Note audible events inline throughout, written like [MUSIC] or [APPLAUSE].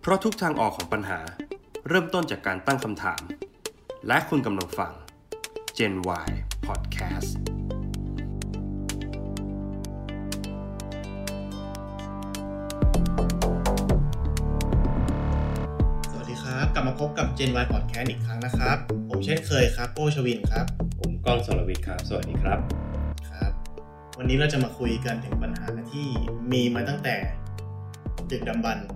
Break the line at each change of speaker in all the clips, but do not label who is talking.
เพราะทุกทางออกของปัญหา เริ่มต้นจากการตั้งคำถาม และคุณกำลังฟัง Gen Y Podcast
สวัสดีครับ กลับมาพบกับ Gen Y Podcast อีกครั้งนะครับ ผมเช่นเคยครับโป้ชวินครับ
ผมก้องสรวิทย์ครับ สวัสดีครับ
ครับ วันนี้เราจะมาคุยกันถึงปัญหาที่มีมาตั้งแต่ดึกดำบรรพ์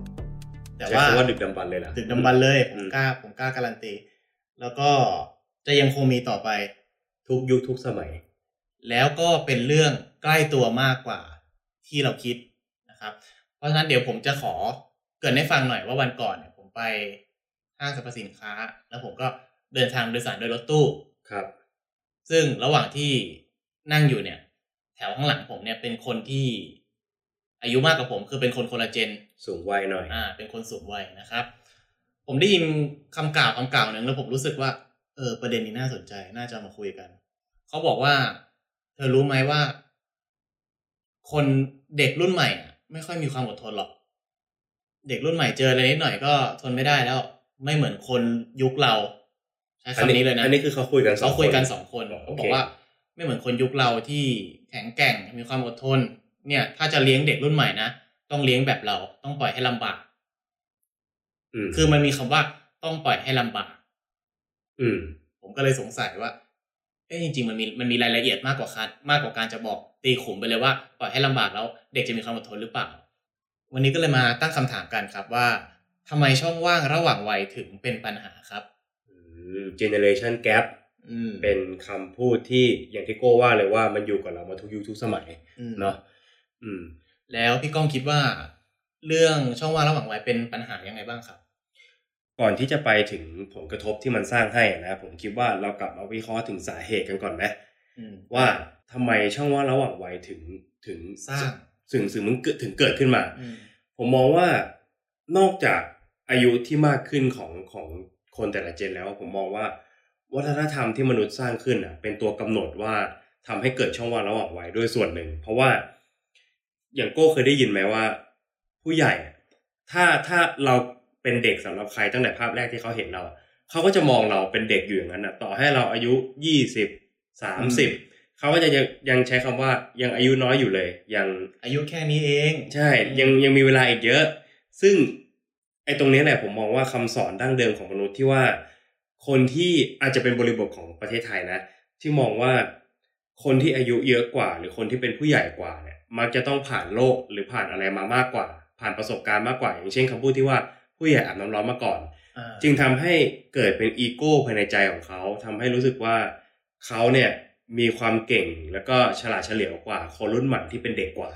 แต่
ใช้
ว่า
คำว่าดึกดำบรรพ์เลยนะ
ดึกดำบรรพ์เลยผ
อื
ม
ม
กล้าผมกล้าการันตี แล้วก็จะยังคงมีต่อไป
ทุกยุคทุกสมัย
แล้วก็เป็นเรื่องใกล้ตัวมากกว่าที่เราคิดนะครับ เพราะฉะนั้นเดี๋ยวผมจะขอเกรินให้ฟังหน่อยว่าวันก่อนเนี่ยผมไปห้างสรรพสินค้า แล้วผมก็เดินทางโดยสารโดยรถตู้
ครับ
ซึ่งระหว่างที่นั่งอยู่เนี่ย แถวข้างหลังผมเนี่ยเป็นคนที่อายุมากกว่าผม คือเป็นคนโคลลาเจน
สูงวัยหน่อย
อ่า เป็นคนสูงวัยนะครับ ผมได้ยินคำกล่าวคำกล่าวหนึ่งแล้วผมรู้สึกว่า เออ ประเด็นนี้น่าสนใจ น่าจะเอามาคุยกัน เขาบอกว่า เธอรู้ไหมว่า คนเด็กรุ่นใหม่อะไม่ค่อยมีความอดทนหรอก เด็กรุ่นใหม่เจออะไรนิดหน่อยก็ทนไม่ได้แล้ว ไม่เหมือนคนยุคเราใช้
อัน
คำ
นี้
นี้เลยนะ
อันนี้คือเขาคุยกันสอง
เขาคุยกัน
คน
สองคน
อ๋อ
เขา
โอเค
บอกว่าไม่เหมือนคนยุคเราที่แข็งแกร่งมีความอดทน เนี่ย ถ้าจะเลี้ยงเด็กรุ่นใหม่นะต้องเลี้ยงแบบเราต้องปล่อยให้ลำบาก
อืม
คือมันมีคำว่าต้องปล่อยให้ลำบาก
อืม
ผมก็เลยสงสัยว่าเอ้จริง ๆ มันมีมันมีรายละเอียดมากกว่าคัดมากกว่าการจะบอกตีขุมไปเลยว่าปล่อยให้ลำบากแล้ว เด็กจะมีความอดทนหรือเปล่า วันนี้ก็เลยมาตั้งคำถามกันครับว่าทำไมช่องว่างระหว่างวัยถึงเป็นปัญหาครับ
generation gap
อืม
เป็นคำพูดที่อย่างที่โก้ว่าเลยว่ามันอยู่กับเรามาทุกยุคทุกสมัย
อืม
เนาะอืม
แล้วพี่ก้องคิดว่า เรื่องช่องว่างระหว่างวัยเป็นปัญหายังไงบ้างครับ
ก่อนที่จะไปถึงผลกระทบที่มันสร้างให้นะผมคิดว่าเรากลับมาวิเคราะห์ถึงสาเหตุกันก่อนไหม
อืม
ว่าทำไมช่องว่างระหว่างวัยถึงถึง
สร้าง
ถึงถึงมันเกิดถึงเกิดขึ้นมา
อืม
ผมมองว่านอกจากอายุที่มากขึ้นของของคนแต่ละเจนแล้ว ผมมองว่า วัฒนธรรมที่มนุษย์สร้างขึ้นอ่ะ เป็นตัวกำหนดว่าทำให้เกิดช่องว่างระหว่างวัยด้วยส่วนหนึ่ง เพราะว่าอย่างโก้เคยได้ยินไหมว่า ผู้ใหญ่อะถ้าถ้าเราเป็นเด็กสำหรับใครตั้งแต่ภาพแรกที่เขาเห็นเราอะเขาก็จะมองเราเป็นเด็กอยู่อย่างนั้นอ่ะ ต่อให้เราอายุยี่สิบสามสิบเขาก็จะยังยังใช้คำว่ายังอายุน้อยอยู่เลยยัง
อายุแค่นี้เอง
ใช่ยังยังมีเวลาอีกเยอะ ซึ่งไอ้ตรงเนี้ยแหละผมมองว่าคำสอนดั้งเดิมของมนุษย์ที่ว่า คนที่อาจจะเป็นบริบทของประเทศไทยนะ ที่มองว่าคนที่อายุเยอะกว่า หรือคนที่เป็นผู้ใหญ่กว่าเนี่ยมักจะต้องผ่านโลกหรือผ่านอะไรมามากกว่า ผ่านประสบการณ์มากกว่า อย่างเช่นคำพูดที่ว่าผู้ใหญ่อาบน้ำร้อนมาก่อน
อ่า
จึงทำให้เกิดเป็นอีโก้ภายในใจของเขาทำให้รู้สึกว่าเขาเนี่ยมีความเก่งแล้วก็ฉลาดเฉลียวกว่าคนรุ่นใหม่ที่เป็นเด็กกว่า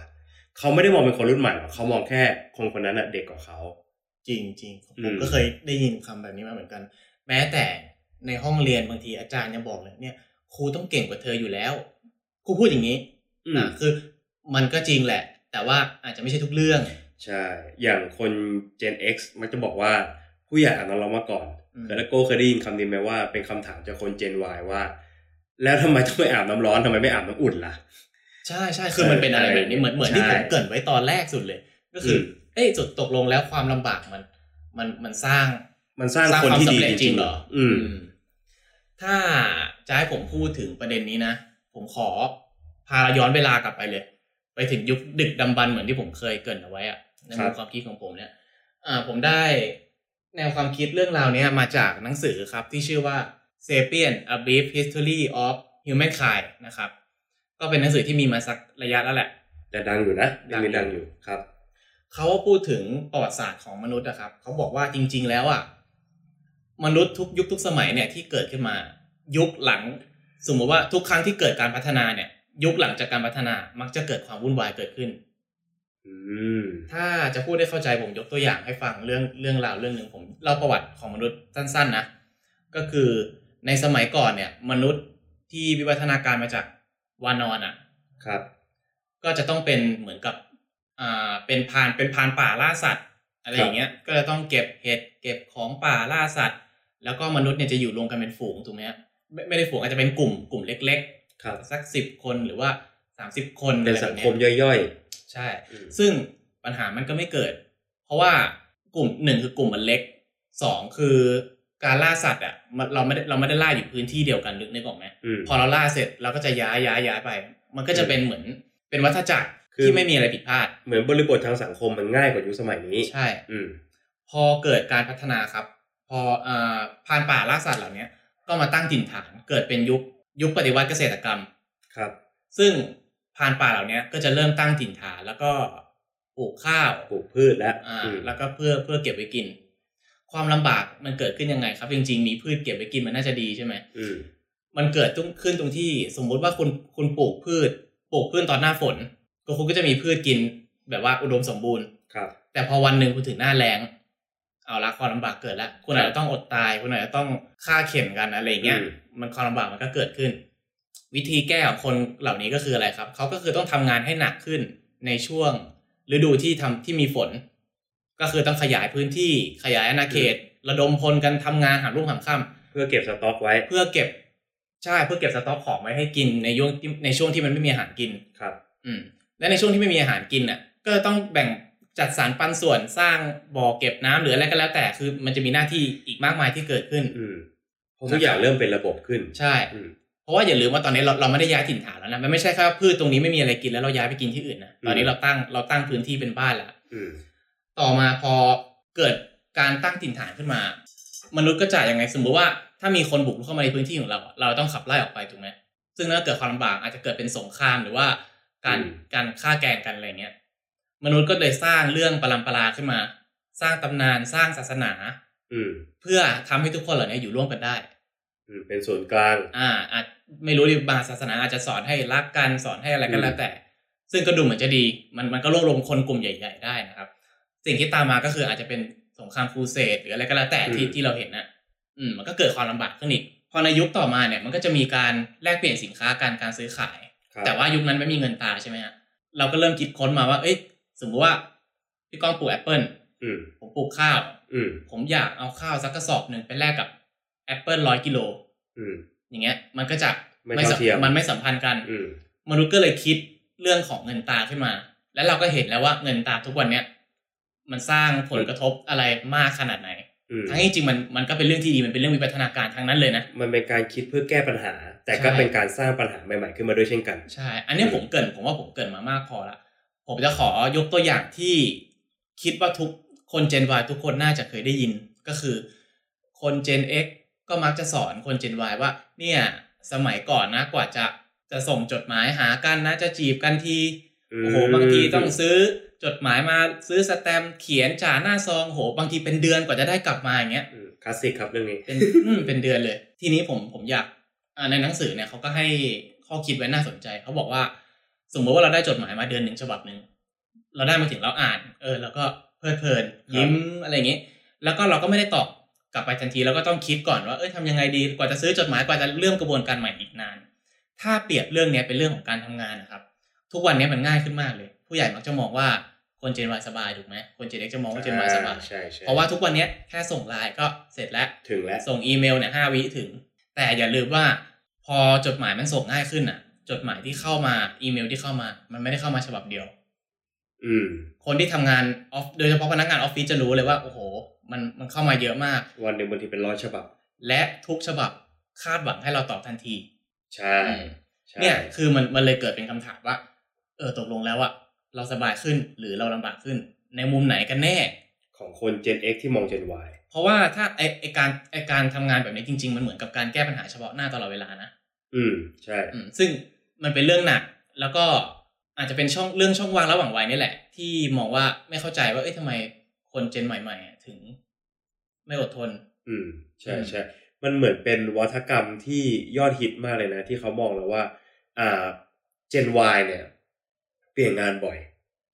เขาไม่ได้มองเป็นคนรุ่นใหม่หรอกเขามองแค่คนคนนั้นน่ะเด็กกว่าเขา
จริงจริงๆ
อื
ผม
ม
ก็เคยได้ยินคำแบบนี้มาเหมือนกัน แม้แต่ในห้องเรียนบางทีอาจารย์ยังบอกเลยเนี่ย ครูต้องเก่งกว่าเธออยู่แล้ว ครูพูดอย่างนี้
อืม
อ่าคือ มันก็จริงแหละ แต่ว่าอาจจะไม่ใช่ทุกเรื่อง
ใช่ อย่างคน Gen X มักจะบอกว่าผู้ใหญ่อ่านเรามาก่อน
อืม
แล้วโก้เคยได้ยินคำนี้ไหมว่าเป็นคำถามจากคน Gen Y ว่า แล้วทำไมต้องไปอาบน้ำร้อนทำไมไม่อาบน้ำอุ่นล่ะ
ใช่ใช่คือมันเป็นอะไรแบบนี้เหมือนเหมือนที่
ใช่
ผมเกรินไว้ตอนแรกสุดเลย ก็คืออ
ม
เอ้ยจุดตกลงแล้วความลำบากมัน มันมันสร้าง
มันสร้างคนที่ดีจริงๆ
เหรอ
อืม
มถ้าจะให้ผมพูดถึงประเด็นนี้นะ ผมขอพาย้อนเวลากลับไปเลย ไปถึงยุคดึกดำบรรพ์เหมือนที่ผมเคยเกรินเอาไว้อะใน
ครั
มุ
บ
มความคิดของผมเนี่ย อ่า ผมได้แนวความคิดเรื่องราวเนี้ยมาจากหนังสือครับที่ชื่อว่า Sapien: A Brief History of Humankind นะครับ ก็เป็นหนังสือที่มีมาสักระยะแล้วแหละ
แต่ดังอยู่นะเรื่องนี้
ดั
ดั
ง
ง
อ
อยู่ ยู่ครับ
เขาพูดถึงประวัติศาสตร์ของมนุษย์อะครับ เขาบอกว่าจริง ๆ แล้วอะมนุษย์ทุกยุคทุกสมัยเนี่ยที่เกิดขึ้นมา ยุคหลัง สมมติว่าทุกครั้งที่เกิดการพัฒนาเนี่ย ยุคหลังจากการพัฒนามักจะเกิดความวุ่นวายเกิดขึ้น
อืม
ถ้าจะพูดได้เข้าใจผมยกตัวอย่างให้ฟังเรื่องเรื่องราวเรื่องหนึ่งผมเล่าประวัติของมนุษย์สั้นๆนะก็คือในสมัยก่อนเนี่ย มนุษย์ที่วิวัฒนาการมาจากวานอนอะ
ครับ
ก็จะต้องเป็นเหมือนกับ อ่า เป็นพรานเป็นพรานป่าล่าสัตว์ อะไรอย่างเงี้ย ก็จะต้องเก็บเห็ดเก็บของป่าล่าสัตว์ แล้วก็มนุษย์เนี่ยจะอยู่รวมกันเป็นฝูงถูกไหมฮะไม่ไม่ได้ฝูงอาจจะเป็นกลุ่มกลุ่มเล็ก
ครับ
ๆ สักสิบคนหรือว่าสามสิบคน
เป็น
อะไร
สัง
แบบ
ค
ย
มย่อย
ใช่
ๆ
ซึ่งปัญหามันก็ไม่เกิด เพราะว่า กลุ่มหนึ่งคือกลุ่มมันเล็กสองคือการล่าสัตว์อ่ะมันเราไม่ได้เราไม่ได้ล่าอยู่พื้นที่เดียวกันนึกนึกออกไหม
อืม
พอเราล่าเสร็จเราก็จะย้ายย้ายย้ายไป มันก็จะเป็นเหมือนเป็นวัฏจักร
คือ
ที่ไม่มีอะไรผิดพลาด
เหมือนบริบททางสังคมมันง่ายกว่ายุคสมัยนี้
ใช่
อืม
พอเกิดการพัฒนาครับ พอเอ่อพรานป่าล่าสัตว์เหล่าเนี้ยก็มาตั้งถิ่นฐานเกิดเป็นยุคยุคปฏิวัติเกษตรกรรม
ครับ
ซึ่งพรานป่าเหล่าเนี้ยก็จะเริ่มตั้งถิ่นฐานแล้วก็ปลูกข้าว
ปลูกพืชแล้ว
อ่า
อืม
แล้วก็เพื่อเพื่อเก็บไว้กิน ความลำบากมันเกิดขึ้นยังไงครับ จริง ๆ มีพืชเก็บไว้กินมันน่าจะดีใช่ไหม
อืม
มันเกิดตรงขึ้นตรงที่สมมุติว่าคุณคุณปลูกพืช ปลูกพืชตอนหน้าฝน ก็คุณก็จะมีพืชกินแบบว่าอุดมสมบูรณ์
ครับ
แต่พอวันหนึ่งคุณถึงหน้าแรงเอาละความลำบากเกิดแล้วคุณอาจจะต้องอดตาย คุณอาจจะต้องฆ่าเข็มกันอะไรอย่างเงี้ย
อืม
มันความลำบากมันก็เกิดขึ้น วิธีแก้ของคนเหล่านี้ก็คืออะไรครับเขาก็คือต้องทำงานให้หนักขึ้นในช่วงฤดูที่ทำที่มีฝน ก็คือต้องขยายพื้นที่ขยายอาณาเขต ระดมพลกันทำงานหามรุ่งหามค่
เพื่อเก็บสต็อกไว้
ำเพื่อเก็บใช่เพื่อเก็บสต็อกของไว้ให้กินในช่วงที่ในช่วงที่มันไม่มีอาหารกิน
ครับ
อืมและในช่วงที่ไม่มีอาหารกินน่ะ ก็ต้องแบ่งจัดสรรปันส่วนสร้างบ่อเก็บน้ำหรืออะไรก็แล้วแต่คือมันจะมีหน้าที่อีกมากมายที่เกิดขึ้น
อืมเพราะทุกอย่างเริ่มเป็นระบบขึ้น
ใช่
อืม
เพราะว่าอย่าลืมว่าตอนนี้เราเราไม่ได้ย้ายถิ่นฐานแล้วนะมันไม่ใช่แค่ว่าพืชตรงนี้ไม่มีอะไรกินแล้วเราย้ายไปกินที่อื่นนะตอนนี้
อืม
เราตั้งเราตั้งพื้นที่เป็นบ้านแล้ว
อืม
ต่อมาพอเกิดการตั้งถิ่นฐานขึ้นมา มนุษย์ก็จะยังไงสมมติว่าถ้ามีคนบุกเข้ามาในพื้นที่ของเราอะเราต้องขับไล่ออกไปถูกไหมซึ่งนั่นก็เกิดความลำบากอาจจะเกิดเป็นสงครามหรือว่าการ
อืม
การฆ่าแกล้งกันอะไรเงี้ยมนุษย์ก็เลยสร้างเรื่องประลัมปราขึ้นมา สร้างตำนานสร้างศาสนา
อืม
เพื่อทำให้ทุกคนเหล่านี้อยู่ร่วมกันได้
อืมเป็นส่วนย์กลาง
อ่าอาจไม่รู้ดิบางศาสนาอาจจะสอนให้รักกันสอนให้อะไรก็แล้วแต่ ซึ่งก็ดูเหมือนจะดี มันมันก็รวบรวมคนกลุ่มใหญ่ ๆ ได้นะครับ สิ่งที่ตามมาก็คืออาจจะเป็นสงครามครูเสดหรืออะไรก็แล้วแต่ที่
อืม
ที่เราเห็นนะอืม มันก็เกิดความลำบากขึ้นอีกพอในยุคต่อมาเนี่ยมันก็จะมีการแลกเปลี่ยนสินค้าการการซื้อขาย
ครับ
แต่ว่ายุคนั้นไม่มีเงินตราใช่ไหมฮะเราก็เริ่มคิดค้นมาว่า เอ้ยสมมติว่าพี่ก้องปลูกแอปเปิล
อืม
ผมปลูกข้าว
อืม
ผมอยากเอาข้าวสักกระสอบหนึ่งไปแลกกับแอปเปิลร้อยกิโล
อืม
อย่างเงี้ยมันก็จะ
ไม่เท่าเทียม
นไม่สัมพันธ์กัน
อืม
มนุษย์ก็เลยคิดเรื่องของเงินตราขึ้นมา แล้วเราก็เห็นแล้วว่าเงินตราทุกวันเนี้ยมันสร้างผลกระทบอะไรมากขนาดไหน
อืม
ทั้งที่จริงมันมันก็เป็นเรื่องที่ดีมันเป็นเรื่องวิวัฒนาการทั้งนั้นเลยนะ
มันเป็นการคิดเพื่อแก้ปัญหา แต่ก็
ใช่
เป็นการสร้างปัญหาใหม่ๆขึ้นมาด้วยเช่นกัน
ใช่ อันเนี้ย
อืม
ผมเกรินผมว่าผมเกรินมามากพอละผมจะขอยกตัวอย่างที่คิดว่าทุกคนเจน Y ทุกคนน่าจะเคยได้ยินก็คือ คนเจน X ก็มักจะสอนคนเจน Y ว่า เนี่ยสมัยก่อนนะกว่าจะจะส่งจดหมายหากันนะจะจีบกันที โอ้โหบางทีต้องซื้อจดหมายมาซื้อสแตมป์เขียนจ่าหน้าซองโหบางทีเป็นเดือนกว่าจะได้กลับมาอย่างเงี้ย
มคลาสสิกครับเรื่องนี้
เป็น อืมเป็นเดือนเลย ทีนี้ผมผมอยากอ่าในหนังสือเนี่ยเขาก็ให้ข้อคิดไว้น่าสนใจเขาบอกว่า สมมติว่าเราได้จดหมายมาเดือนหนึ่งฉบับหนึ่งเราได้มาถึงเราอ่าน เออ แล้วก็เพลิดเพลิน ยิ้มอะไรอย่างงี้ แล้วก็เราก็ไม่ได้ตอบกลับไปทันทีแล้วก็ต้องคิดก่อนว่าเอ้ยทำยังไงดีกว่าจะซื้อจดหมายกว่าจะเริ่มกระบวนการใหม่อีกนาน ถ้าเปรียบเรื่องเนี้ยเป็นเรื่องของการทำงานนะครับ ทุกวันเนี้ยมันง่ายขึ้นมากเลย ผู้ใหญ่มักจะมองว่าคนเจนวายสบายถูกไหมคนเจนเอ็กจะมองว่าเจนวายสบาย
ใช่ใช่
เพราะว่าทุกวันเนี้ยแค่ส่งไลน์ก็เสร็จแล้ว
ถึงแล้ว
ส่งอีเมลเนี่ยห้าวิถึง แต่อย่าลืมว่า พอจดหมายมันส่งง่ายขึ้นอ่ะ จดหมายที่เข้ามาอีเมลที่เข้ามา มันไม่ได้เข้ามาฉบับเดียว
อืม
คนที่ทำงานออฟโดยเฉพาะพนักงานออฟฟิศจะรู้เลยว่า โอ้โห มันมันเข้ามาเยอะมาก
วันหนึ่งบางทีเป็นร้อยฉบับ
และทุกฉบับคาดหวังให้เราตอบทันที
ใช่ใช่
เนี่ยคือมันมันเลยเกิดเป็นคำถามว่า เออตกลงแล้วอะเราสบายขึ้นหรือเราลำบากขึ้น ในมุมไหนกันแน่
ของคน Gen X ที่มอง Gen Y
เพราะว่าถ้าไอไอการไอการทำงานแบบนี้จริง ๆ มันเหมือนกับการแก้ปัญหาเฉพาะหน้าตลอดเวลานะ
อืม ใช่
อืมซึ่งมันเป็นเรื่องหนัก แล้วก็อาจจะเป็นช่องเรื่องช่องว่างระหว่างวัยนี่แหละ ที่มองว่าไม่เข้าใจว่าเอ้ยทำไมคนเจนใหม่ๆอ่ะถึง ไม่อดทน
อืม ใช่
อืม
ใช่ มันเหมือนเป็นวัฒกรรมที่ยอดฮิตมากเลยนะ ที่เขามองแล้วว่า อ่า Gen Y เนี่ย เปลี่ยนงานบ่อย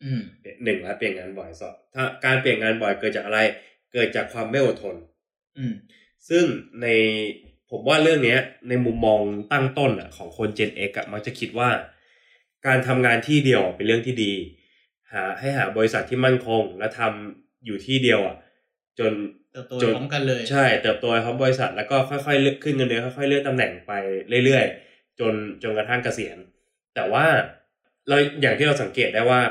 อืม
หนึ่งละเปลี่ยนงานบ่อยสองถ้าการเปลี่ยนงานบ่อยเกิดจากอะไร เกิดจากความไม่อดทน
อืม
ซึ่งในผมว่าเรื่องเนี้ย ในมุมมองตั้งต้นอะของคน Gen X อะมักจะคิดว่า การทำงานที่เดียวเป็นเรื่องที่ดี หาให้หาบริษัทที่มั่นคง และทำอยู่ที่เดียวอะจน
เติบโต
จน
พร้อมกันเลย
ใช่เติบโตไปพร้อมบริษัทแล้วก็ค่อยๆเลื่อนขึ้นเงินเดือนค่อยๆเลื่อนตำแหน่งไปเรื่อยๆ จนจนกระทั่งเกษียณ แต่ว่าเราอย่างที่เราสังเกตได้ว่า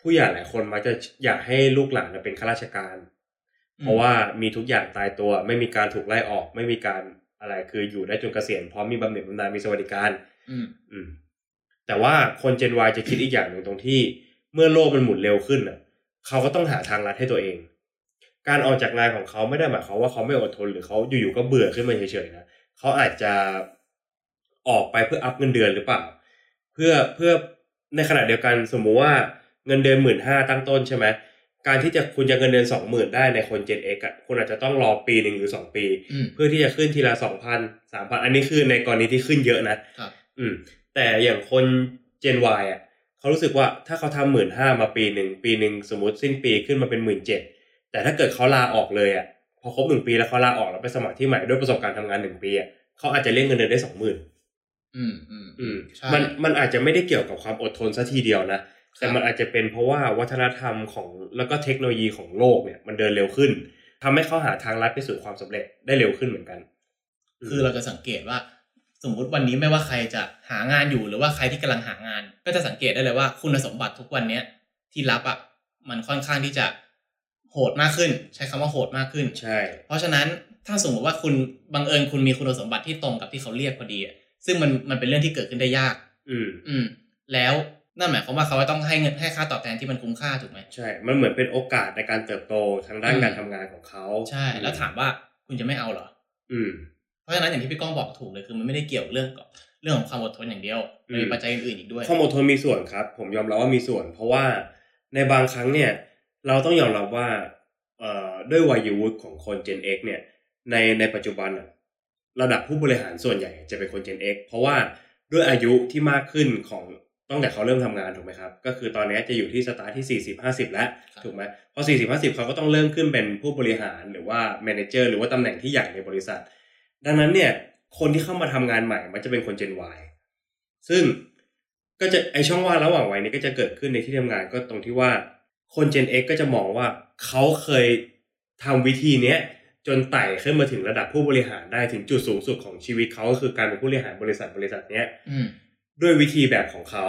ผู้ใหญ่หลายคนมักจะอยากให้ลูกหลานเป็นข้าราชการ
อืม
เพราะว่ามีทุกอย่างตายตัว ไม่มีการถูกไล่ออก ไม่มีการอะไรคืออยู่ได้จนเกษียณพร้อมมีบำเหน็จบำนาญมีสวัสดิการ
อืม
อืม แต่ว่าคนเจน Y จะคิดอีกอย่างหนึ่งตรงที่เมื่อโลกมันหมุนเร็วขึ้นน่ะ เขาก็ต้องหาทางลัดให้ตัวเอง การออกจากงานของเขาไม่ได้หมายความว่าเขาไม่อดทนหรือเขาอยู่ๆก็เบื่อขึ้นมาเฉยๆนะเขาอาจจะออกไปเพื่ออัพเงินเดือนหรือเปล่า เพื่อเพื่อในขณะเดียวกันสมมุติว่าเงินเดือนหมื่นห้าตั้งต้นใช่ไหมการที่จะคุณจะเงินเดือนสองหมื่นได้ในคนเจนเอ็กคุณอาจจะต้องรอปีหนึ่งหรือสองปี
อืม
เพื่อที่จะขึ้นทีละสองพันสามพันอันนี้คือในกรณีที่ขึ้นเยอะนะครับ อืม แต่อย่างคน Gen Y อ่ะเขารู้สึกว่าถ้าเขาทำหมื่นห้ามาปีหนึ่งปีหนึ่งสมมติสิ้นปีขึ้นมาเป็นหมื่นเจ็ดแต่ถ้าเกิดเขาลาออกเลยอ่ะพอครบหนึ่งปีแล้วเขาลาออกแล้วไปสมัครที่ใหม่ด้วยประสบการณ์ทำงานหนึ่งปีอ่ะเขาอาจจะเรียกเงินเดือนได้สองหมื่น
อืมอืม
อืม
ใช่
มันมันอาจจะไม่ได้เกี่ยวกับความอดทนซะทีเดียวนะ แต่มัน
ครับ
อาจจะเป็นเพราะว่าวัฒนธรรมของแล้วก็เทคโนโลยีของโลกเนี่ยมันเดินเร็วขึ้นทำให้เขาหาทางลัดไปสู่ความสำเร็จได้เร็วขึ้นเหมือนกัน
คือเราจะสังเกตว่า สมมุติวันนี้ไม่ว่าใครจะหางานอยู่หรือว่าใครที่กำลังหางาน ก็จะสังเกตได้เลยว่าคุณสมบัติทุกวันเนี้ยที่รับอ่ะมันค่อนข้างที่จะโหดมากขึ้น ใช้คำว่าโหดมากขึ้น
ใช่
เพราะฉะนั้นถ้าสมมติว่าคุณบังเอิญคุณมีคุณสมบัติที่ตรงกับที่เขาเรียกพอดีอะซึ่งมันมันเป็นเรื่องที่เกิดขึ้นได้ยาก
อืม
อืม แล้วนั่นหมายความว่าเขาต้องให้เงินให้ค่าตอบแทนที่มันคุ้มค่าถูกไหม
ใช่ มันเหมือนเป็นโอกาสในการเติบโตทางด้าน
อืม
การทำงานของเขา
ใช่ แล้วถามว่าคุณจะไม่เอาเหรอ
อืม
เพราะฉะนั้นอย่างที่พี่ก้องบอกถูกเลยคือมันไม่ได้เกี่ยวเรื่องกับเรื่องของความอดทนอย่างเดียวมันมี
อืม
ปัจจัยอื่นๆอีกด้วย
ความอดทนมีส่วนครับ ผมยอมรับว่ามีส่วน เพราะว่าในบางครั้งเนี่ย เราต้องยอมรับว่าเอ่อด้วยวัยวุฒิของคน Gen X เนี่ย ในในปัจจุบันอะระดับผู้บริหารส่วนใหญ่จะเป็นคน Gen X เพราะว่าด้วยอายุที่มากขึ้นของตั้งแต่เขาเริ่มทำงานถูกไหมครับ ก็คือตอนนี้จะอยู่ที่สตาร์ทที่ 40 50 แล้ว
ครับ
ถูกไหมพอ 40 50 เขาก็ต้องเริ่มขึ้นเป็นผู้บริหารหรือว่าแมเนเจอร์หรือว่าตำแหน่งที่ใหญ่ในบริษัท ดังนั้นเนี่ย คนที่เข้ามาทำงานใหม่มันจะเป็นคน Gen Y ซึ่งก็จะไอช่องว่างระหว่างวัยนี้ก็จะเกิดขึ้นในที่ทำงานก็ตรงที่ว่าคน Gen X ก็จะมองว่าเขาเคยทำวิธีเนี้ยจนไต่ขึ้นมาถึงระดับผู้บริหารได้ถึงจุดสูงสุดของชีวิตเขาก็คือการเป็นผู้บริหารบริษัทบริษัทเนี้ย
อืม
ด้วยวิธีแบบของเขา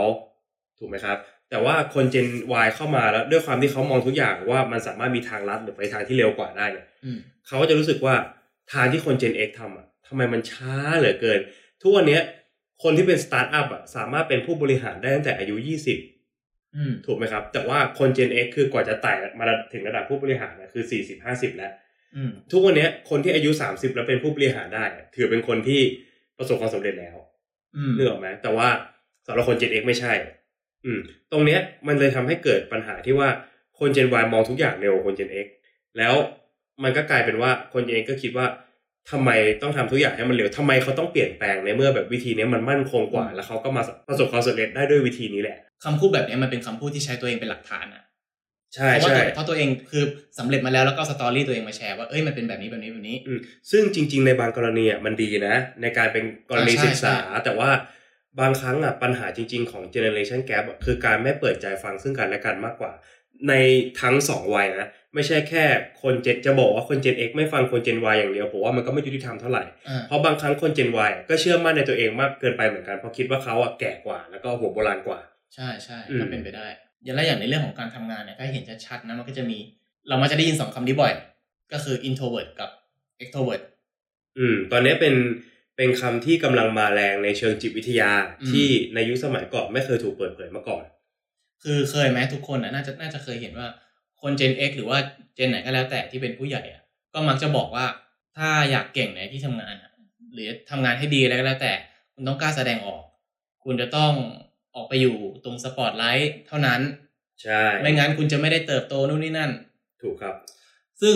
ถูกไหมครับ แต่ว่าคน Gen Y เข้ามาแล้วด้วยความที่เขามองทุกอย่างว่ามันสามารถมีทางลัดหรือไปทางที่เร็วกว่าได้เนี่ย
อืม
เขาก็จะรู้สึกว่าทางที่คน Gen X ทำอ่ะทำไมมันช้าเหลือเกิน ทุกวันเนี้ยคนที่เป็นสตาร์ทอัพอ่ะสามารถเป็นผู้บริหารได้ตั้งแต่อายุ
อืม
20 ถูกไหมครับ แต่ว่าคน Gen X คือกว่าจะไต่มาถึงระดับผู้บริหารนะคือ 40 50 แล้ว
อืม
ทุกวันเนี้ยคนที่อายุ 30 แล้วเป็นผู้บริหารได้อะถือเป็นคนที่ประสบความสำเร็จแล้ว
อืม
นึกออกไหมแต่ว่าสำหรับคน Gen X ไม่ใช่ อืม ตรงเนี้ยมันเลยทำให้เกิดปัญหาที่ว่าคน Gen Y มองทุกอย่างเร็วกว่าคน Gen X แล้วมันก็กลายเป็นว่าคน Gen X ก็คิดว่าทำไมต้องทำทุกอย่างให้มันเร็วทำไมเขาต้องเปลี่ยนแปลงในเมื่อแบบวิธีเนี้ยมันมั่นคงกว่า แล้วเขาก็มาประสบความสำเร็จได้ด้วยวิธีนี้แหละ
คำพูดแบบเนี้ยมันเป็นคำพูดที่ใช้ตัวเองเป็นหลักฐานอ่ะ
ใช่
เพราะว่า
ใช่
ตัวเพราะตัวเองคือสำเร็จมาแล้วแล้วก็สตอรี่ตัวเองมาแชร์ว่าเอ้ยมันเป็นแบบนี้แบบนี้แบบนี้
ซึ่งจริง ๆ ในบางกรณีอ่ะมันดีนะ ในการเป็นกรณี
อ่าใช่
ศึกษา
ใช่
แต่ว่าบางครั้งอ่ะปัญหาจริง ๆ ของ generation gap อะคือการไม่เปิดใจฟังซึ่งกันและกันมากกว่า ในทั้งสองวัยนะ ไม่ใช่แค่คนเจนจะบอกว่าคน Gen X ไม่ฟังคน Gen Y อย่างเดียวผมว่ามันก็ไม่ยุติธรรมเท่าไหร่
อ่า
เพราะบางครั้งคน Gen Y อะก็เชื่อมั่นในตัวเองมากเกินไปเหมือนกันเพราะคิดว่าเขาอ่ะแก่กว่า แล้วก็หัวโบราณกว่า
ใช่ใช่
อืม
ก็เป็นไปได้อย่างไรอย่างในเรื่องของการทำงานเนี่ยถ้าเห็นชัดๆนะมันก็จะมี เรามักจะได้ยินสองคำนี้บ่อย ก็คือ introvert กับ extrovert
อืมตอนนี้เป็นเป็นคำที่กำลังมาแรงในเชิงจิตวิทยา
อืม
ที่ในยุคสมัยก่อนไม่เคยถูกเปิดเผยมาก่อน
คือเคยไหมทุกคนนะน่าจะน่าจะเคยเห็นว่าคน Gen X หรือว่า Gen ไหนก็แล้วแต่ที่เป็นผู้ใหญ่อะก็มักจะบอกว่าถ้าอยากเก่งในที่ทำงานอะหรือทำงานให้ดีอะไรก็แล้วแต่ คุณต้องกล้าแสดงออก คุณจะต้องออกไปอยู่ตรงสปอตไลท์เท่านั้น
ใช่
ไม่งั้นคุณจะไม่ได้เติบโตนู่นนี่นั่น
ถูกครับ
ซึ่ง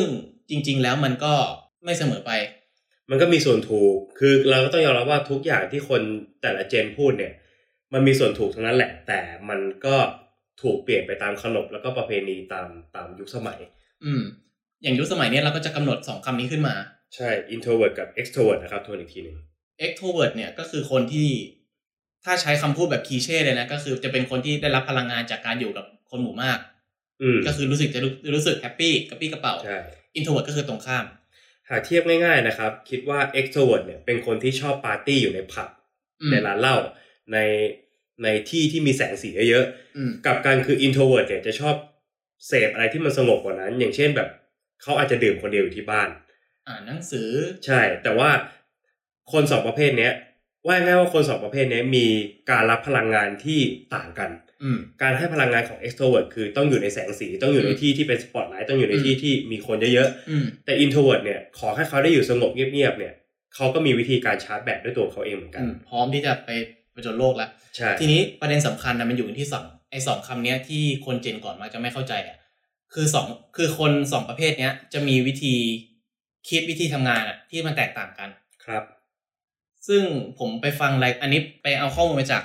จริง ๆ แล้วมันก็ไม่เสมอไป
มันก็มีส่วนถูก คือเราก็ต้องยอมรับว่าทุกอย่างที่คนแต่ละเจนพูดเนี่ย มันมีส่วนถูกทั้งนั้นแหละ แต่มันก็ถูกเปลี่ยนไปตามขนบแล้วก็ประเพณีตามตามยุคสมัย
อืม อย่างยุคสมัยเนี้ยเราก็จะกำหนดสองคำนี้ขึ้นมา
ใช่ introvert กับ extrovert นะครับทวนอีกทีหนึ่ง
extrovert เนี่ยก็คือคนที่ถ้าใช้คำพูดแบบคลีเช่เลยนะ ก็คือจะเป็นคนที่ได้รับพลังงานจากการอยู่กับคนหมู่มาก
อืม
ก็คือรู้สึกจะรู้รู้สึกแฮปปี้กระปี้กระเป๋า
ใช่
introvert ก็คือตรงข้าม
หากเทียบง่ายๆนะครับ คิดว่า extrovert เนี่ยเป็นคนที่ชอบปาร์ตี้อยู่ในผับ
อืม
ในร้านเหล้าในในที่ที่มีแสงสีเยอะๆ
อืม
กลับการคือ introvert เนี่ยจะชอบเสพอะไรที่มันสงบกว่านั้น อย่างเช่นแบบ เขาอาจจะดื่มคนเดียวอยู่ที่บ้าน
อ่านหนังสือ
ใช่ แต่ว่าคนสองประเภทเนี้ยว่าง่ายๆว่าคนสองประเภทเนี้ยมีการรับพลังงานที่ต่างกัน
อืม
การให้พลังงานของ extrovert คือต้องอยู่ในแสงสี ต้องอยู่ในที่ที่เป็นสปอตไลท์ต้องอยู่ในที่ที่มีคนเยอะ
อืม
ๆแต่ introvert เนี่ยขอให้เขาได้อยู่สงบเงียบๆเนี่ยเขาก็มีวิธีการชาร์จแบตด้วยตัวเขาเองเหมือนกัน
พร้อมที่จะไปประจนโลกแล้ว
ใช่
ทีนี้ประเด็นสำคัญนะมันอยู่ที่สองไอ้สองคำเนี้ยที่คนเจนก่อนมักจะไม่เข้าใจอ่ะคือสองคือคนสองประเภทเนี้ยจะมีวิธีคิดวิธีทำงานอ่ะที่มันแตกต่างกัน
ครับ
ซึ่งผมไปฟังรายอันนี้ไปเอาข้อมูลมาจาก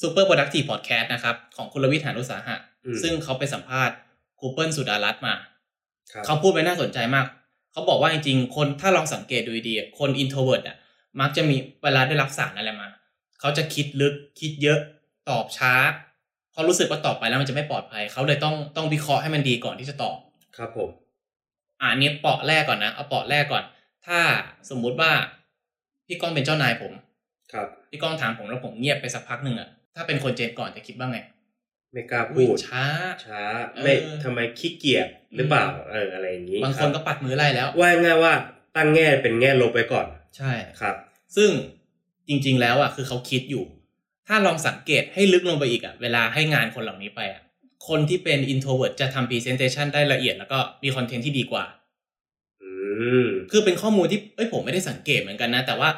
Super Productive Podcast นะครับ ของคุณลวิทย์หานุตสาหะ
อืม
ซึ่งเขาไปสัมภาษณ์ครูเปิลสุดารัตน์มา
ครับ
เขาพูดไว้น่าสนใจมาก เขาบอกว่าจริงๆ คนถ้าลองสังเกตดูดีๆคน introvert อ่ะ มักจะมีเวลาได้รับสารอะไรมา เขาจะคิดลึกคิดเยอะตอบช้า เพราะรู้สึกว่าตอบไปแล้วมันจะไม่ปลอดภัย เขาเลยต้องต้องวิเคราะห์ให้มันดีก่อนที่จะตอบ
ครับผม
อ่ะอันนี้เปาะแรกก่อนนะเอาเปาะแรกก่อน ถ้าสมมุติว่าพี่ก้องเป็นเจ้านายผม
ครับ
พี่ก้องถามผมแล้วผมเงียบไปสักพักหนึ่งอะถ้าเป็นคนเจนก่อนจะคิดว่าไง
ไม่กล้าพู
อุ้ย
ด
ช้า
ช้า
เออ
ไม่ทำไมขี้เกียจหรือเปล่าเอออะไรอย่างนี้
บางคนก็ปัดมือไล่แล้ว
ว่าง่ายๆว่าตั้งแง่เป็นแง่ลบไว้ก่อน
ใช่
ครับ
ซึ่งจริง ๆ แล้วอะคือเขาคิดอยู่ ถ้าลองสังเกตให้ลึกลงไปอีกอะเวลาให้งานคนเหล่านี้ไปอะคนที่เป็น introvert จะทำ presentation ได้ละเอียดแล้วก็มีคอนเทนต์ที่ดีกว่า
อืม
คือเป็นข้อมูลที่เอ้ยผมไม่ได้สังเกตเหมือนกันนะ แต่ว่า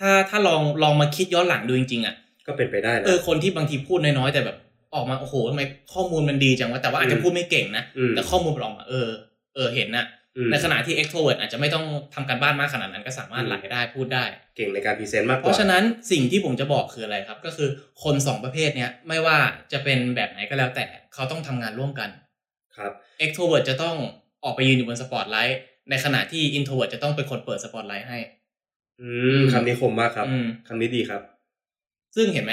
ถ้าถ้าลองลองมาคิดย้อนหลังดูจริงๆอะ
ก็เป็นไปได้นะ
เออคนที่บางทีพูดน้อยๆแต่แบบออกมาโอ้โหทำไมข้อมูลมันดีจังวะแต่ว่าอาจจะพูดไม่เก่งนะ
อืม
แต่ข้อมูลมันออกมาเออเออเห็นนะ
อืม
ในขณะที่ extrovert อาจจะไม่ต้องทำการบ้านมากขนาดนั้นก็สามารถไหลได้พูดได้
เก่งในการพรีเซนต์มากก
เพ
ว่า
ราะฉะนั้นสิ่งที่ผมจะบอกคืออะไรครับ ก็คือคนสองประเภทเนี้ยไม่ว่าจะเป็นแบบไหนก็แล้วแต่เขาต้องทำงานร่วมกัน
ครับ
extrovert จะต้องออกไปยืนอยู่บนสปอตไลท์ในขณะที่ introvert จะต้องเป็นคนเปิดสปอตไลท์ให้
อืมคำนี้คมมากครับ
อืม
คำนี้ดีครับ
ซึ่งเห็นไหม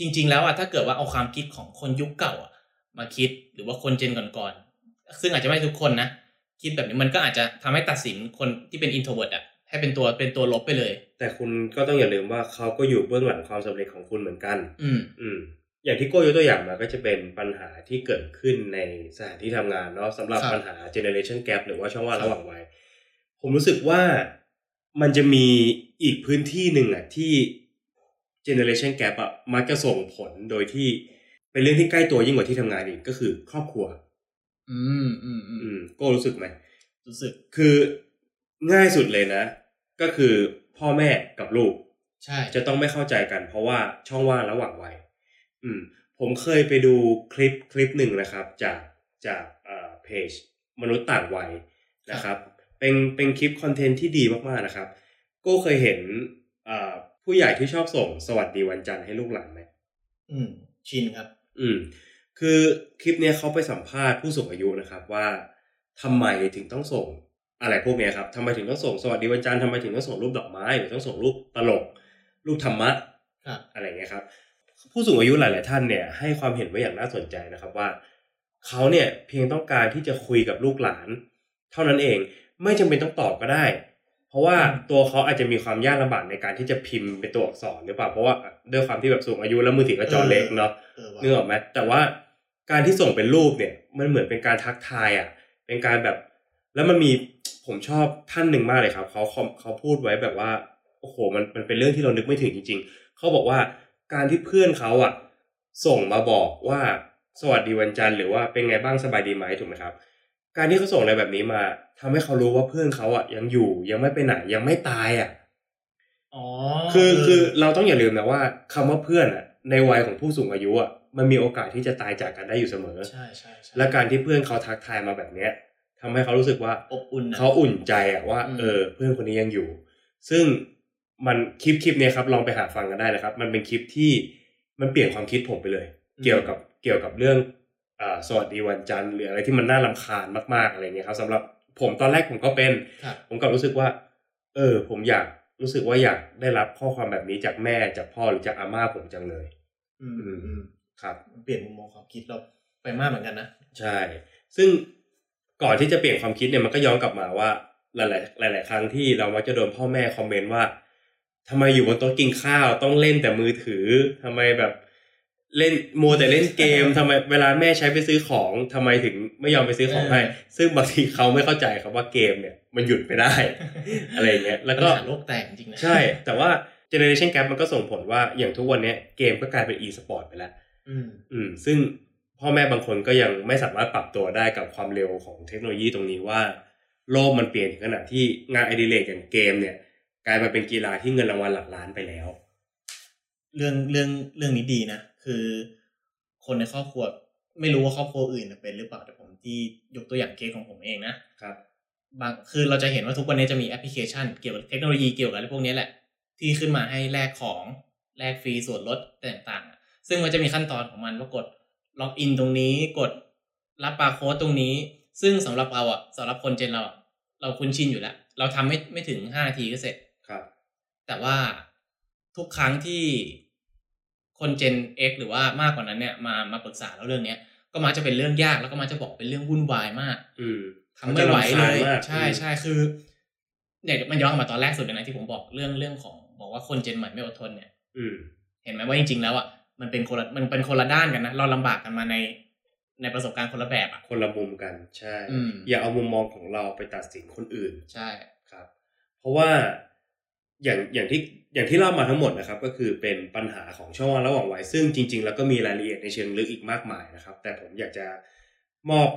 จริง ๆ แล้วอ่ะถ้าเกิดว่าเอาความคิดของคนยุคเก่าอ่ะมาคิดหรือว่าคนเจนก่อนๆซึ่งอาจจะไม่ทุกคนนะคิดแบบนี้มันก็อาจจะทำให้ตัดสินคนที่เป็น introvert อ่ะให้เป็นตัวเป็นตัวลบไปเลย
แต่คุณก็ต้องอย่าลืมว่าเขาก็อยู่เบื้องหลังความสำเร็จของคุณเหมือนกัน
อืม
อืม อย่างที่โก้ยกตัวอย่างมาก็จะเป็นปัญหาที่เกิดขึ้นในสถานที่ทำงานเนาะสำหรับ
ครับ
ปัญหา generation gap หรือว่าช่องว่าง
ครับ
ระหว่างวัยผมรู้สึกว่ามันจะมีอีกพื้นที่หนึ่งอ่ะที่ generation gap อ่ะมักจะส่งผลโดยที่เป็นเรื่องที่ใกล้ตัวยิ่งกว่าที่ทำงานอีกก็คือครอบครัว
อืมอืมอืม
อืมโก้รู้สึกไหม
รู้สึก
คือง่ายสุดเลยนะ ก็คือพ่อแม่กับลูก
ใช่
จะต้องไม่เข้าใจกัน เพราะว่าช่องว่างระหว่างวัยอืม ผมเคยไปดูคลิปคลิปหนึ่งนะครับ จากจากเอ่อเพจมนุษย์ต่างวัยนะครับ เป็นเป็นคลิปคอนเทนต์ที่ดีมากๆนะครับ ก็เคยเห็นเอ่อผู้ใหญ่ที่ชอบส่งสวัสดีวันจันทร์ให้ลูกหลานไหม
อืมชินครับ
อืมคือคลิปเนี้ยเขาไปสัมภาษณ์ผู้สูงอายุนะครับ ว่าทำไมถึงต้องส่งอะไรพวกเนี้ยครับทำไมถึงต้องส่งสวัสดีวันจันทร์ทำไมถึงต้องส่งรูปดอกไม้หรือต้องส่งรูปตลก รูปธรรมะ
ครับ
อะไรเงี้ยครับ ผู้สูงอายุหลาย ๆ ท่านเนี่ยให้ความเห็นไว้อย่างน่าสนใจนะครับว่าเขาเนี่ยเพียงต้องการที่จะคุยกับลูกหลาน เท่านั้นเองไม่จำเป็นต้องตอบก็ได้ เพราะว่าตัวเขาอาจจะมีความยากลำบากในการที่จะพิมพ์เป็นตัวอักษรหรือเปล่าเพราะว่าด้วยความที่แบบสูงอายุแล้วมือถือก็จอเล็กเนาะ
เออว่ะ
นึกออกไหมแต่ว่าการที่ส่งเป็นรูปเนี่ย มันเหมือนเป็นการทักทายอ่ะ เป็นการแบบ แล้วมันมีผมชอบท่านหนึ่งมากเลยครับเขาเขาเขาพูดไว้แบบว่าโอ้โหมันมันเป็นเรื่องที่เรานึกไม่ถึงจริง ๆเขาบอกว่าการที่เพื่อนเขาอ่ะ ส่งมาบอกว่าสวัสดีวันจันทร์หรือว่าเป็นไงบ้างสบายดีไหมถูกไหมครับ การที่เขาส่งอะไรแบบนี้มาทำให้เขารู้ว่าเพื่อนเขาอ่ะยังอยู่ยังไม่ไปไหนยังไม่ตายอ่ะ
อ๋อ
คือ
เ
คือเราต้องอย่าลืมนะว่าคำว่าเพื่อนอะในวัยของผู้สูงอายุอะมันมีโอกาสที่จะตายจากกันได้อยู่เสมอ
ใช่ใช่ใช่
และการที่เพื่อนเขาทักทายมาแบบเนี้ยทำให้เขารู้สึกว่า
อบอุ่นนะ
เขาอุ่นใจอะว่า
อืม
เออ เพื่อนคนนี้ยังอยู่ ซึ่งมันคลิปคลิปเนี้ยครับลองไปหาฟังกันได้นะครับ มันเป็นคลิปที่มันเปลี่ยนความคิดผมไปเลย เกี่ยวกับเกี่ยวกับเรื่องอ่าสวัสดีวันจันทร์หรืออะไรที่มันน่าลำคาญมากๆอะไรเงี้ยครับสำหรับผมตอนแรกผมก็เป็น
ครับ
ผมกลับรู้สึกว่า เออ ผมอยากรู้สึกว่าอยากได้รับข้อความแบบนี้จากแม่จากพ่อหรือจากอาม่าผมจังเลย
อืมอืม
ครับ
เปลี่ยนมุมมองความคิดเราไปมากเหมือนกันนะ
ใช่ ซึ่งก่อนที่จะเปลี่ยนความคิดเนี่ยมันก็ย้อนกลับมาว่า หลาย ๆ หลาย ๆ ครั้งที่เรามักจะโดนพ่อแม่คอมเมนต์ว่าทำไมอยู่บนโต๊ะกินข้าวต้องเล่นแต่มือถือทำไมแบบ เล่นมัวแต่เล่นเกม [LAUGHS] ทำไมเวลาแม่ใช้ไปซื้อของทำไมถึงไม่ยอมไปซื้อของให้
เออ
ซึ่งบางทีเขาไม่เข้าใจครับว่าเกมเนี่ยมันหยุดไม่ได้ อะไรอย่างเงี้ยแล้วก็
ปัญหาโลกแตกจริงๆนะ
ใช่ แต่ว่าเจเนอเรชันแกรมันก็ส่งผลว่าอย่างทุกวันเนี้ยเกมก็กลายเป็น e สปอร์ตไปแล้ว
อืม
อืม ซึ่งพ่อแม่บางคนก็ยังไม่สามารถปรับตัวได้กับความเร็วของเทคโนโลยีตรงนี้ว่า โลกมันเปลี่ยนถึงขนาดที่งานอดิเรกอย่างเกมเนี่ย กลายมาเป็นกีฬาที่เงินรางวัลหลักล้านไปแล้ว
เรื่องเรื่องเรื่องนี้ดีนะ คือคนในครอบครัว ไม่รู้ว่าครอบครัวอื่นเป็นหรือเปล่าแต่ผมที่ยกตัวอย่างเคสของผมเองนะครับ บางคือเราจะเห็นว่าทุกวันนี้จะมีแอปพลิเคชันเกี่ยวกับเทคโนโลยีเกี่ยวกับอะไรพวกนี้แหละ ที่ขึ้นมาให้แลกของแลกฟรีส่วนลดต่างๆอะซึ่งมันจะมีขั้นตอนของมันว่ากดล็อกอินตรงนี้กดรับปาโค้ดตรงนี้ ซึ่งสำหรับเราอ่ะสำหรับคนเจนเราอะเราคุ้นชินอยู่แล้ว เราทำไม่ไม่ถึงห้านาทีก็เสร็จ
ครับ
แต่ว่าทุกครั้งที่คนเจน X หรือว่ามากกว่านั้นเนี่ยมามาปรึกษาแล้วเรื่องเนี้ยก็มักจะเป็นเรื่องยากแล้วก็มักจะบอกเป็นเรื่องวุ่นวายมาก
อืม
ทำไม่ไหว
มันจะรำ
เลย
คาญมาก
ใช่ใช่คือเนี่ยมันย้อนกลับมาตอนแรกสุดเลยนะที่ผมบอกเรื่องเรื่องของ บอกว่าคนเจนใหม่ไม่อดทนเนี่ย
อืม
เห็นไหมว่าจริงๆแล้วอ่ะมันเป็นคนละมันเป็นคนละด้านกันนะเราลำบากกันมาในในประสบการณ์คนละแบบอ่ะ
คนละมุมกันใช่
อืม
อย่าเอามุมมองของเราไปตัดสินคนอื่น
ใช่
ครับเพราะว่าอย่างอย่างที่อย่างที่เล่ามาทั้งหมดนะครับ ก็คือเป็นปัญหาของช่องว่างระหว่างวัยซึ่งจริง ๆ แล้วก็มีรายละเอียดในเชิงลึกอีกมากมายนะครับ แต่ผมอยากจะมอบ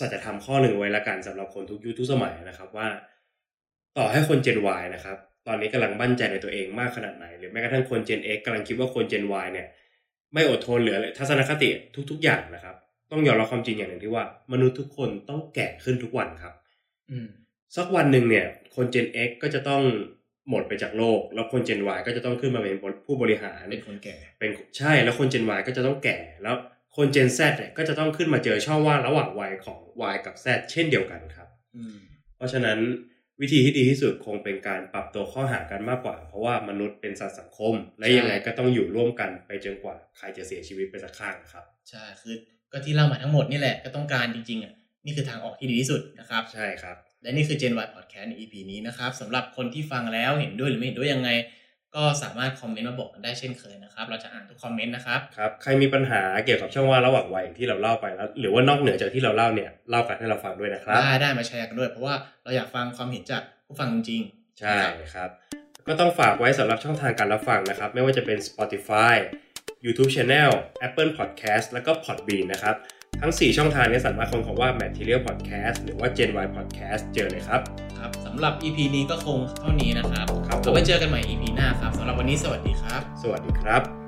สัจธรรมข้อหนึ่งไว้ละกันสำหรับคนทุกยุคทุกสมัยนะครับว่า ต่อให้คน Gen Y นะครับ ตอนนี้กำลังมั่นใจในตัวเองมากขนาดไหน หรือแม้กระทั่งคน Gen X กำลังคิดว่าคน Gen Y เนี่ย ไม่อดทนเหลือเลยทัศนคติทุก ๆ อย่างนะครับ ต้องยอมรับความจริงอย่างหนึ่งที่ว่ามนุษย์ทุกคนต้องแก่ขึ้นทุกวันครับ
อืม
สักวันหนึ่งเนี่ย คน Gen X ก็จะต้องหมดไปจากโลก แล้วคน Gen Y ก็จะต้องขึ้นมาเป็นผู้บริหาร
เป็นคนแก่
เป็นใช่แล้วคน Gen Y ก็จะต้องแก่แล้วคน Gen Z เนี่ยก็จะต้องขึ้นมาเจอช่องว่างระหว่างวัยของ Y กับ Z เช่นเดียวกันครับ
อืม
เพราะฉะนั้นวิธีที่ดีที่สุดคงเป็นการปรับตัวเข้อหากันมากกว่า เพราะว่ามนุษย์เป็นสัตว์สังคม และยังไงก็ต้องอยู่ร่วมกันไปจนกว่าใครจะเสียชีวิตไปสักข้างนะครับ
ใช่คือก็ที่เล่ามาทั้งหมดนี่แหละก็ต้องการจริงๆอ่ะนี่คือทางออกที่ดีที่สุดนะครับ
ใช่ครับ
และนี่คือ Gen Y Podcast ใน EP นี้นะครับสำหรับคนที่ฟังแล้วเห็นด้วยหรือไม่เห็นด้วยยังไง ก็สามารถคอมเมนต์มาบอกกันได้เช่นเคยนะครับ เราจะอ่านทุกคอมเมนต์นะครับ
ครับใครมีปัญหาเกี่ยวกับช่องว่างระหว่างวัยอย่างที่เราเล่าไปแล้ว หรือว่านอกเหนือจากที่เราเล่าเนี่ยเล่ากันให้เราฟังด้วยนะครับ
ได้ได้มาแชร์กันด้วย เพราะว่าเราอยากฟังความเห็นจากผู้ฟังจริงๆ
ใช่ครับ ก็ต้องฝากไว้สำหรับช่องทางการรับฟังนะครับ ไม่ว่าจะเป็น Spotify YouTube Channel Apple Podcast แล้วก็ Podbean นะครับ ทั้ง 4 ช่องทางเนี้สามารถค้นคำว่า Material Podcast หรือว่า Gen Y Podcast เจอเลยครับ
ครับสำหรับ EP นี้ก็คงเท่านี้นะครับ
ครับผม
เราไว้เจอกันใหม่ EP หน้าครับสำหรับวันนี้สวัสดีครับ
สวัสดีครับ